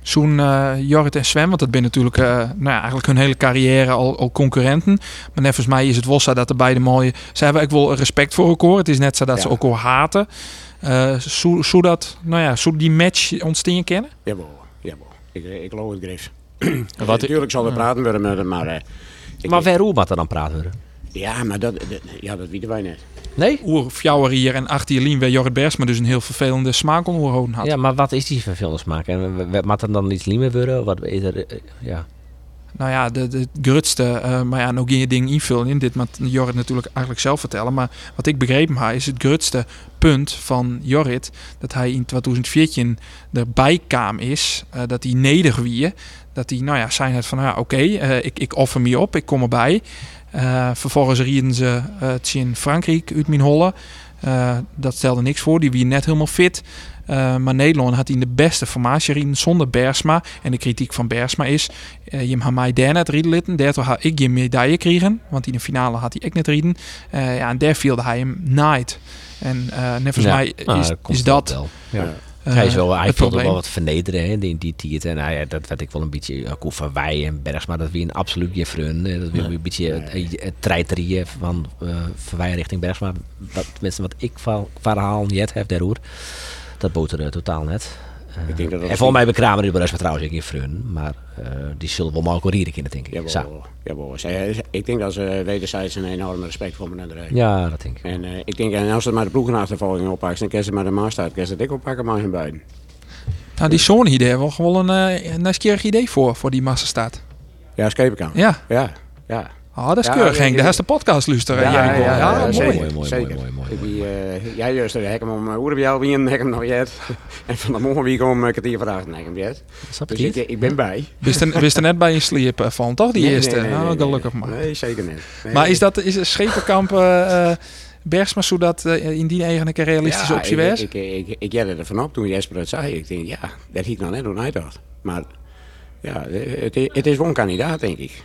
B: Zoen, eh Jorrit en Sven, want dat ben natuurlijk eh, nou ja, eigenlijk hun hele carrière al, al concurrenten. Maar net volgens mij is het wel zo dat de beide mooie... Ze hebben ook wel respect voor elkaar. Het is net zo dat ze
C: Ja.
B: elkaar haten. Eh zo, zo dat, nou ja, zo die match ontstaan kennen.
C: Jawel, jawel. Ik, eh, ik geloof het, Griff.
D: Wat-
C: [CLEARS THROAT] Natuurlijk zal er praten worden met hem, maar... eh, ik-
A: Maar waar hoe wat er dan praten we?
C: Ja, maar dat, dat- ja, dat weten wij net.
A: Nee?
B: Oer Fjouwer hier en achter Jelien waar Jorrit Bersma dus een heel vervelende smaak onderhouden had.
A: Ja, maar wat is die vervelende smaak? En we- we- mag er dan iets liemer worden? Wat is er? eh, Ja.
B: Nou ja, de, de het grutste, eh, maar ja, nou ging je ding invullen in. Dit moet Jorrit natuurlijk eigenlijk zelf vertellen. Maar wat ik begrepen heb, is het grutste punt van Jorrit... dat hij in 2014 erbij kwam is, eh, dat hij nederig wie. Dat hij, nou ja, zijn het van, nou ja, oké, eh, ik, ik offer me op, ik kom erbij. Eh, vervolgens rieden ze eh, het in Frankrijk uit mijn holle. Eh, dat stelde niks voor, die wie net helemaal fit. Eh, maar Nederland had in de beste formatie rieden zonder Bersma. En de kritiek van Bersma is, eh, je hebt mij daar net rieden litten. Daardoor had ik je medaille kregen, want in de finale had hij ik net rieden. Eh, ja, en daar viel hij hem night. En eh net volgens
A: Ja,
B: mij
A: maar
B: is,
A: komt
B: is dat...
A: wel.
B: eh,
A: hij is wel, hij voelde
B: het probleem.
A: wel wat vernederen hè, in die, die tijd. En hij, dat werd ik wel een beetje uh, Koen van Wij en Bergs, maar dat weer een absoluut je frun. Eh, Dat weer een beetje het- eh, het treiterieën van eh van Wij richting Bergs. Maar dat, tenminste, wat ik van verhaal net heb, daarover, dat boterde totaal net. Eh,
C: Ik denk dat dat
A: en volgens mij bekramen die Bergs maar trouwens ook in frun. Maar eh, die zullen wel makkelijk rieren kunnen, denk ik.
C: Jawel,
A: Zo.
C: jawel. Zij- ik denk dat ze eh, wederzijds een enorme respect voor elkaar hebben.
A: Ja, dat denk ik.
C: En eh, ik denk, en als ze maar de ploegenachtervolging oppakt, dan kan ze maar de maastart, kan ze dik oppakken maar hun beiden.
B: Nou, die Sony idee hebben we gewoon een uh, nieuwsgierig idee voor, voor die massastaat.
C: Ja, schepen kan.
B: Ja,
C: Ja, ja.
B: ah, dat is
C: Ja,
B: keurig
C: ja,
B: Henk.
C: ja.
B: Daar is de podcast luisteren. Ja,
C: ja,
B: Jericho. Ja, mooi.
C: zeker,
A: mooi, mooi,
C: zeker.
A: mooi, mooi,
C: Ik die, eh, jij juist, ik heb hem om uur bij jou wien, ik heb hem nog jet. [LAUGHS] en van de morgen wie om een kwartier vragen, ik heb hem jet.
A: Snap je
C: Dus
A: het?
C: ik, ik ben bij.
B: Wist er, wist er net bij je sleep eh, van, toch? Die
C: Nee,
B: eerste.
C: nee, nee,
B: nou,
C: nee,
B: gelukkig
C: nee.
B: maar.
C: Nee, zeker niet. Nee,
B: Maar is dat is Schepenkamp eh eh Bergsma zodat eh, indien eigen een keer realistische
C: ja,
B: optie
C: ik-
B: was?
C: Ik, ik, ik, ik jette er vanop toen Jesper het zei. Ik denk, ja, dat hiet nog net hoe hij dacht. Maar ja, het, i- het is wel een kandidaat, denk ik.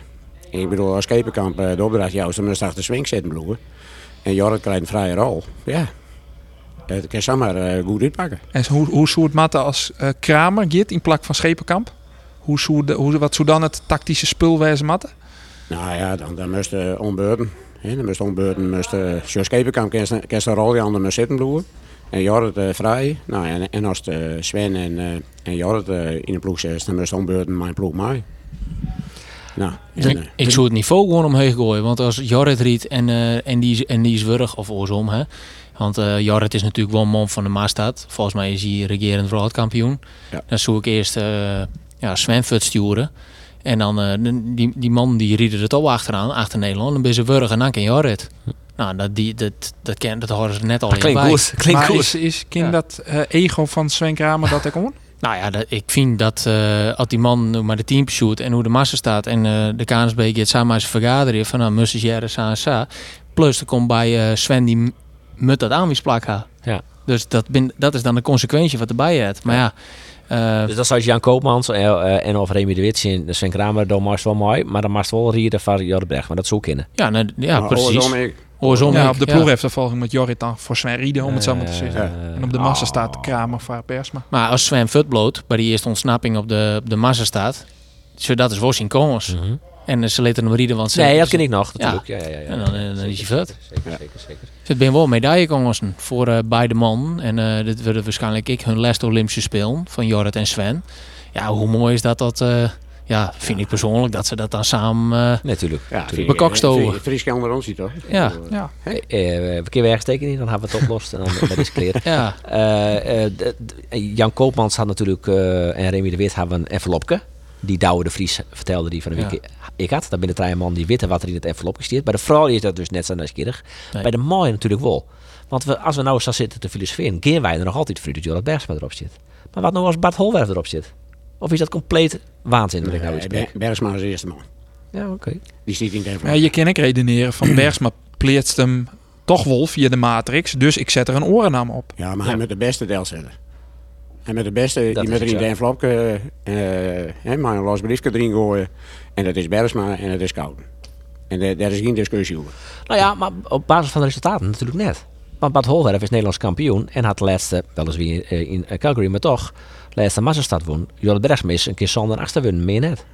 C: En ik bedoel, als Keperkamp eh, de opdracht jou is, dan moet je achter de swing zitten bloeien. En Jorrit krijgt een vrije rol. Ja. het kan zomaar eh, goed uitpakken.
B: En hoe, hoe zou het matten als eh, Kramer git in plak van Schepenkamp? Hoe zou de, hoe, wat zou dan het tactische spul wezen matten?
C: Nou ja, dan, dan moest uh, onbeurten. Hè, dan moest onbeurten, moest uh, Jos Keperkamp kan zijn rol aan de zitten bloeien. En Jorrit eh, vrij. Nou, en, en als het, eh, Sven en, eh, en Jorrit eh, in de ploeg zitten, dan moest onbeurten mijn ploeg mij. Nou, en, eh,
D: Ik, ik zou het niveau gewoon omheen gooien. Want als Jorrit riet en, eh, en, die, is- en die is wurg, of oorsom, hè. Want eh Jorrit is natuurlijk wel een man van de Maastad. Volgens mij is hij regerend wereldkampioen.
C: Ja.
D: Dan zou ik eerst eh ja, Svenfurt sturen. En dan eh, de- die, die man die rieden het al achteraan, achter Nederland. Dan ben ze wurg en dan kan Jorrit. Nou, dat, die, dat, dat, ken, dat horen ze net al
A: Dat klinkt
D: bij.
A: goed. [LAUGHS] Klinkt
B: maar
A: goed.
B: is, is kind
D: Ja.
B: dat eh, ego van Sven Kramer dat ik hoor?
D: Nou ja, dat- ik vind dat eh, als die man nu maar de team shoot en hoe de massa staat en eh, de KNSB gaat samen met zijn vergadering van nou, Musses, Jaren, Sa en Sa. Plus er komt bij eh, Sven die m- moet dat aanwiesplak ha.
A: Ja.
D: Dus dat, bin, dat is dan de consequentie wat erbij hebt. Maar ja, eh,
A: Dus dat zou Jan Koopmans en, eh, en of Remy de Wit zien. Sven Kramer, dat maakt wel mooi. Maar dat maakt wel rieden van Jorrit Brecht. Maar dat zou kunnen.
D: ja, nou, ja
C: maar
D: precies.
C: Oorsom, ik-
D: Oorsom,
B: ja,
D: ik-
B: op de
D: ja.
B: ploegachtervolging met Jorrit dan voor Sven Rieden, om het zo maar te
A: Eh,
B: zeggen.
A: eh,
B: en op de massa
A: oh.
B: staat Kramer voor Persma.
D: Maar als Sven Futbloot bij die eerste ontsnapping op de, op de massa staat, zo dat is wel zien komens.
A: Mhm.
D: En ze laten hem rieden, want ze...
A: Nee, dat
D: ze-
A: ken ik nog.
D: Ja.
A: natuurlijk. Ja. Ja, ja, ja,
D: En dan, eh, dan is hij vet.
A: Zeker, zeker, zeker.
D: Dus Het zijn wel medaillekansen voor eh, beide mannen. En eh dit willen waarschijnlijk ik hun laatste Olympische Spelen van Jorrit en Sven. Ja, hoe mooi is dat? dat eh, ja, vind ik persoonlijk dat ze dat dan samen... eh,
A: Natuurlijk.
C: Ja,
A: natuurlijk.
D: Bekokstoven.
C: Fries kan onder ons zien, toch?
D: Ja.
B: Ja,
A: Eh, eh, we kunnen ergens tekenen, dan hebben we het oplost.
D: [LAUGHS]
A: en dan dat is clear.
D: ja,
A: Eh, eh, d- d- Jan Koopmans had natuurlijk eh, en Remy de Wit hebben een envelopje. Die Douwe de Vries vertelde die van de week eh, ik had. Dan ben de trein die witte wat er in het envelopje zit. Bij de vrouw is dat dus net zo nieuwsgierig.
D: Nee.
A: Bij de mooie natuurlijk wel. Want we, als we nou zo zitten te filosoferen, geven wij er nog altijd voor dat Jorrit Bergsma erop zit. Maar wat nou als Bart Holwerf erop zit? Of is dat compleet waanzin? wat ik nou
C: Eh,
A: iets
C: Ber- Bergsma is de eerste man.
A: Ja, oké.
C: Die ziet in
B: ja je kan ook redeneren
D: [CLEARS THROAT]
B: van Bergsma pleert hem toch wel via de Matrix, dus ik zet er een orenam op.
C: Ja, maar hij moet de beste deel zetten. Hij moet de beste,
A: Dat
C: die
A: is
C: moet er
A: exact.
C: in de envelopje, eh, hè, maar een los briefje erin gooien. En dat is Bergsma en dat is Kouden. En daar daar is geen discussie over.
A: Nou ja, maar op basis van de resultaten natuurlijk net. Want Bad Holwerf is Nederlands kampioen en had de laatste, weliswaar eh, in eh, Calgary, maar toch, de laatste massastad won. Jorrit Bergsma is een keer zonder achter winnen, meer net.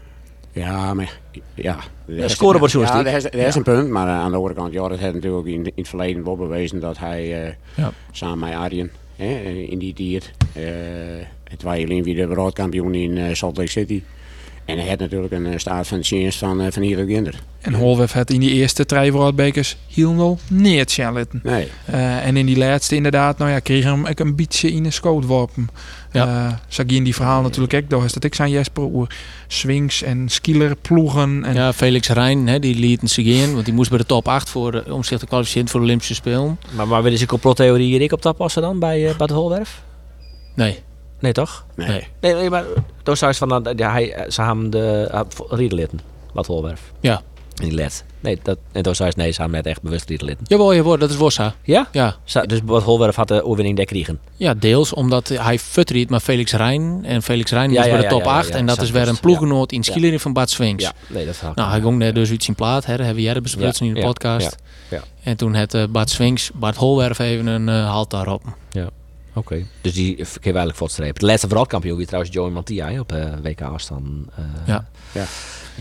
C: Ja, maar ja. daar is-
A: scorebord, zo is
C: Ja,
A: die.
C: daar is, daar is een punt. Maar eh, aan de andere kant, Jorrit heeft natuurlijk in, in het verleden wel bewezen dat hij eh,
D: Ja.
C: samen met Arjen hè, eh, in die dier, eh het waren alleen weer de wereldkampioen in eh, Salt Lake City. En hij had natuurlijk een eh, staat van dienst van, eh, van hier tot kinder.
B: En Holwef had in die eerste Trijveroudbekers heel nul neer Charlotten.
C: Nee.
B: Eh, en in die laatste inderdaad, nou ja, kreeg hem ook een beetje in de schoot worpen.
D: Ja.
B: Ja. in die verhaal natuurlijk ook, daar is dat ik zijn Jesper oer swings en skiller ploegen. En
D: ja, Felix Rijn, hè, die liet een in, want die moest bij de top 8 voor, eh, om zich te kwalificeren voor de Olympische Spelen.
A: Maar, maar willen ze complottheorie hier ik op dat passen dan bij eh Bad Holwerf?
D: Nee,
A: Nee, toch?
C: Nee.
D: Nee.
A: Nee, nee maar toen zei ze van, eh, ja, hij, eh, ze hebben de uh, riedelitten, Bad Holwerf.
D: ja.
A: In die let. Nee, dat, en toen zei ze, nee, ze hebben net echt bewust riedelitten.
D: Jawel, jawel, dat is Wossa.
A: Ja?
D: Ja.
A: Ze- Dus Bad Holwerf had de overwinning der kriegen.
D: ja, deels omdat hij futriet maar Felix Rijn. En Felix Rijn
A: Ja,
D: moest
A: ja,
D: bij de
A: ja,
D: top
A: ja, ja,
D: 8
A: ja,
D: en dat is weer een
A: ja.
D: ploegenoot in Schilering van Bart Swings.
A: Ja, nee, dat had
D: Nou, hij ging net dus uit zijn plaat, hè, dat hebben jij dat besproken
A: Ja,
D: in de
A: ja,
D: podcast.
A: ja, ja.
D: En toen had eh, Bart Swings, Bart Holwerf even een eh, halt daarop.
A: Oké. Dus die kun je eigenlijk voortstrepen. De laatste wereldkampioen die trouwens Joey Mantia hè, op eh, WK afstand. eh
D: Ja.
C: Ja.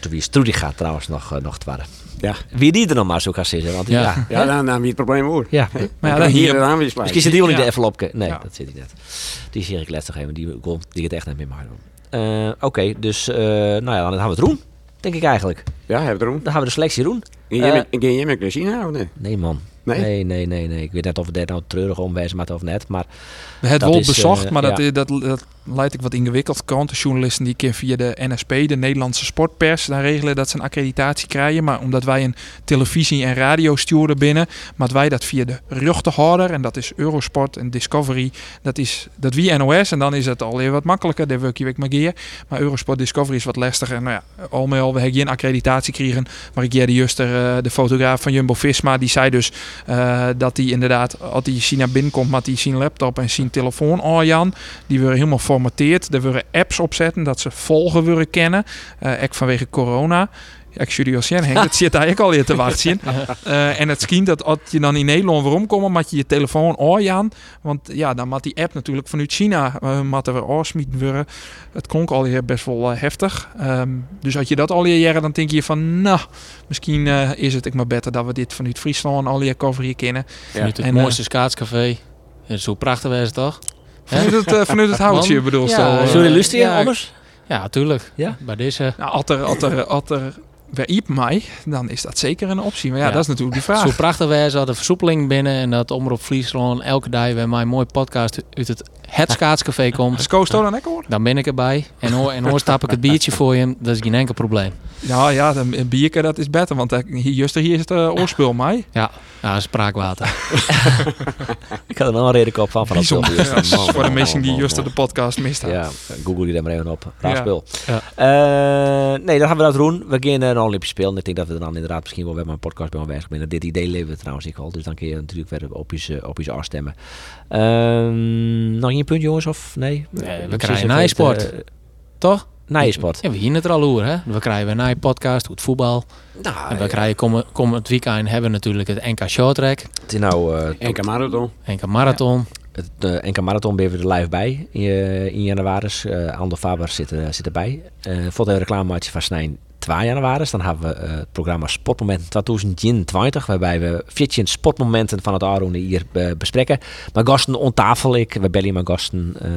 A: Toen wie Strudi gaat trouwens nog, eh, nog te waren.
C: Ja.
A: Wie die er nog maar zo kan zitten. Want ja.
D: Ja.
A: Ja.
C: Ja, dan, dan wie het probleem hoor.
A: ja.
B: Maar ja,
C: Dan
B: dan
C: hier
B: hier,
C: het aanwijsplaat.
A: Misschien zit die wel in de
B: Ja.
A: envelopje. Nee,
B: Ja.
A: dat zit hij net. Die zie ik letterlijk even. Die goal, die gaat echt net meer maar doen. Eh, Oké, dus eh, nou ja, dan gaan we het roen. Denk ik eigenlijk.
C: Ja, heb het erom.
A: Dan gaan we de selectie roen.
C: Ging
A: Eh,
C: jij met- ging jij met Christina of nee?
A: Nee man.
C: Nee?
A: nee, nee, nee. nee. Ik weet net of we daar nou treurig om wijzen, maar of net. Maar
B: het
A: dat is,
B: wordt
A: eh,
B: bezocht, maar dat,
A: ja.
B: eh, dat, dat leidt ik wat ingewikkeld. Krantenjournalisten die keer via de NSP, de Nederlandse sportpers, dan regelen dat ze een accreditatie krijgen. Maar omdat wij een televisie- en radiostuurder binnen, maar wij dat via de ruchtehouder, en dat is Eurosport en Discovery, dat is dat wie NOS, en dan is het alweer wat makkelijker, daar werk je ook maar geer. Maar Eurosport Discovery is wat lastiger. Nou ja, al met al, we hebben geen accreditatie gekregen, maar ik jij de juster, eh, de fotograaf van Jumbo-Visma, die zei dus eh, dat hij inderdaad, als hij China binnenkomt, met hij zijn laptop en zijn telefoon aan Jan. Die worden helemaal formateerd. Er worden apps opzetten dat ze volgen willen kennen. eh ook vanwege corona. Ja, ik studio Sjen, Henk, dat zit daar ik al hier te wachten. Eh, en het schijnt dat als je dan in Nederland waarom komt, moet je je telefoon aan. Want ja, dan moet die app natuurlijk vanuit China uh, moet er weer oorsmieten worden. Het klonk al hier best wel eh, heftig. Ehm, dus als je dat al hier jaren, dan denk je van, nou, misschien eh, is het ik maar beter dat we dit vanuit Friesland al hier coverieën kennen.
D: Vanuit het
B: En, eh,
D: mooiste skaatscafé. Ja, zo prachtig was het toch?
B: Vanuit het, eh, vanuit [LAUGHS] het houtje
D: Man,
B: bedoel je?
D: ja,
B: eh,
A: Zullen jullie
B: ja,
A: anders?
D: Ja, tuurlijk.
A: Ja?
D: Bij deze.
B: Nou, als er, als er, als er weer iep mij, dan is dat zeker een optie. Maar ja,
D: Ja.
B: dat is natuurlijk de vraag.
D: Zo prachtig was dat de versoepeling binnen en dat Omroep Friesland elke dag weer mijn mooie podcast uit het, [LAUGHS] het skaatscafé komt.
B: Is Koos daar dan ook hoor?
D: Dan ben ik erbij en hoor, en hoor stap ik het biertje voor je. Dat is geen enkel probleem.
B: Nou ja, dan- een bierke dat is beter, want eh, hier, juist hier is het eh, oorspul mij.
D: Ja, ja dat is spraakwater.
A: Ik had er wel een reden kop van. van dat
B: Bijzonder.
A: filmpje.
B: Ja, [LAUGHS] dat is voor de mensen die
C: man,
B: juist
C: man.
B: de podcast mist hebben.
A: Ja, google die daar maar even op. Raar
B: Ja.
A: spul.
D: Ja.
A: Eh, nee, dan gaan we dat doen. We gaan naar een Olympisch Spelen. Ik denk dat we er dan inderdaad misschien wel weer maar een podcast bij aanwezig zijn. Dit idee leven we trouwens ik al. Dus dan kun je natuurlijk weer op je, eh, op je afstemmen. Ehm, nog een punt jongens? Of nee?
D: Nee, we
A: Precies,
D: krijgen
A: even
D: een
A: het,
D: e-sport.
A: eh,
D: Toch?
A: Nijensport.
D: Ja, we hier het er al over, hè? We krijgen weer een podcast, hoe het voetbal. En we
A: Nou,
D: krijgen komend kom het weekend hebben we natuurlijk het NK Shorttrack,
A: het is nou eh,
C: En Camaro
D: NK Marathon.
A: Het eh, NK Marathon ben je er live bij in, eh, in januari. Eh Ander Faber zit, er- zit erbij. Eh voor de reclamematje van Snijn 2 januari. Dan hebben we eh, het programma Sportmomenten 2020. Waarbij we 14 sportmomenten van het Aronde hier eh, bespreken. Maar gasten on tafel. Ik, we bellen maar gasten. eh,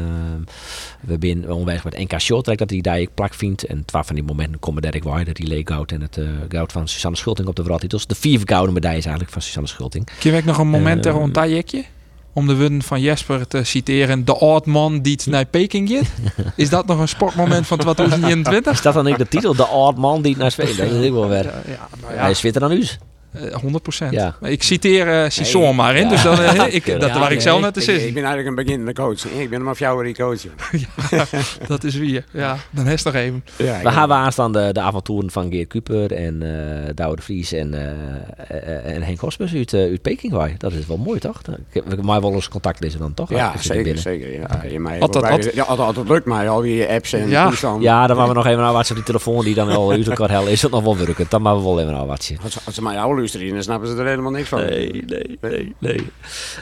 A: we zijn onwijs met NK Shorttrack. Dat die daar ik plak vind. En twee van die momenten komen Derek Wilder. Die leek goud. En het eh, goud van Susanne Schulting op de wereldtitels. De vier gouden medailles eigenlijk van Susanne Schulting.
B: Kun je ook nog een
C: Eh,
B: moment
A: Ehm.
B: ter ontajekje? Om de woorden van Jesper te citeren, de oud man die het naar Peking
C: [LAUGHS]
B: gaat. Is dat nog een sportmoment van 2021?
A: Is dat dan ook de titel? De odd man die naar Zweden. Dat is ik wel weer.
B: Ja, ja, nou
A: Hij is fitter dan u.
B: Eh, 100%.
A: Ja.
B: Maar Ik citeer eh Sison
A: Nee.
B: maar, in, dus dan, eh, [LAUGHS] ik,
A: Ja,
B: dat waar ik
D: nee.
B: zelf net te
C: Ik,
B: zitten.
C: ik ben eigenlijk een beginnende coach. Ik ben maar fjouwer coach. Ja,
B: Dat is wie. eh, Ja, dan is nog even.
C: ik
A: We
C: ben-
A: hebben aanstaande de avonturen van Geert Kuper en eh Douwe de Vries en, eh, eh, en Henk Hospers uit, eh, uit Peking. hoor. Dat is wel mooi, toch? Ik- We maar wel eens contact lezen dan, toch?
C: Ja,
A: Ik zit er
C: zeker,
A: binnen.
C: zeker. Ja, je mij
B: Altijd,
C: voorbij-
B: altijd.
C: ja, altijd, altijd lukt mij, al die apps en
B: Ja.
C: toestanden.
A: Ja, dan maken we nog even een watje op die telefoon die dan al uit elkaar hellen. Is dat nog wel werkend? Dan maken we wel even een watje.
C: Als, als ze mij oude luisteren, dan snappen ze er helemaal niks van.
A: nee, nee.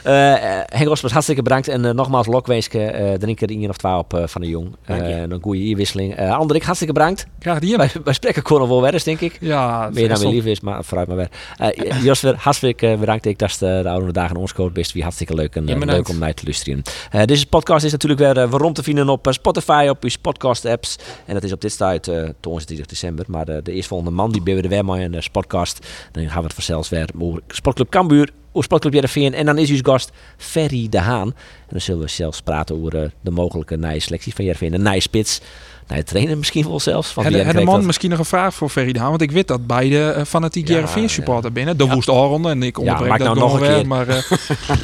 A: Eh, eh, Henk Hospers, hartstikke bedankt. En eh, nogmaals, Lokweeske, eh drink er één of twaalf op eh, van de jong.
C: Dank je.
A: Eh, dan goeie ierwisseling. Eh Andrik, hartstikke bedankt.
B: Graag die
A: Wij, wij spreken gewoon wel weer eens, denk ik.
B: Ja,
A: Meer dan
B: Vessel.
A: mijn lief is, maar vooruit maar weer. Eh, Jos, weer hartstikke eh, bedankt. Ik dacht eh, de oude dagen ons coach best. Wie hartstikke leuk en eh,
D: Ja,
A: leuk
D: bedankt.
A: om naar te luisteren. Eh, deze podcast is natuurlijk weer eh, waarom te vinden op eh, Spotify, op uw podcast apps. En dat is op dit stuit eh 22 december. Maar eh, de eerstvolgende man die bibben we er weer maar in de podcast. Dan gaan we het vanzelfs weer over Sportclub Cambuur, over Sportclub Jereveen. En dan is uw gast Ferry de Haan. En dan zullen we zelfs praten over eh, de mogelijke nieuwe selectie van Jereveen. Een nieuwe spits, nieuwe trainer misschien wel zelfs. Want
B: En
A: die
B: de
A: kreeg
B: man
A: dat-
B: misschien nog een vraag voor Ferry de Haan, want ik weet dat beide eh, fanatiek
A: Ja,
B: Jereveen supporter binnen. De Woest Aronde en ik onderbreek
A: [LAUGHS] maak
B: dat
A: nou
B: gewoon
A: nog een
B: weer,
A: keer.
B: Maar, eh,
D: Maar
B: hebben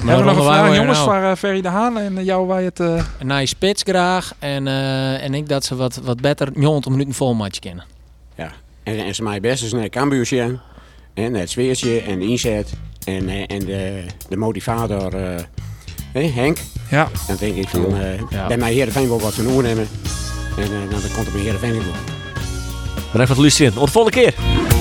B: we nog
D: ronden
B: een
D: wij
B: vraag
D: weer
B: jongens
D: nou.
B: voor eh, Ferry de Haan en eh, jou wij het... eh,
D: Een nice spits graag en, eh, en ik dat ze wat, wat beter 90 minuten vol match kennen.
C: Ja. En, en ze mij best eens naar het kambuurtje. En het zweertje en de inzet. En, eh, en de, de motivator eh, hè, Henk.
B: ja,
C: Dan denk ik van, eh
D: Ja.
C: bij mij Heerenveen wil wat van oornemen. En eh, nou, dan komt er bij Heerenveen weer.
A: Bedankt voor het luisteren. Tot de volgende keer.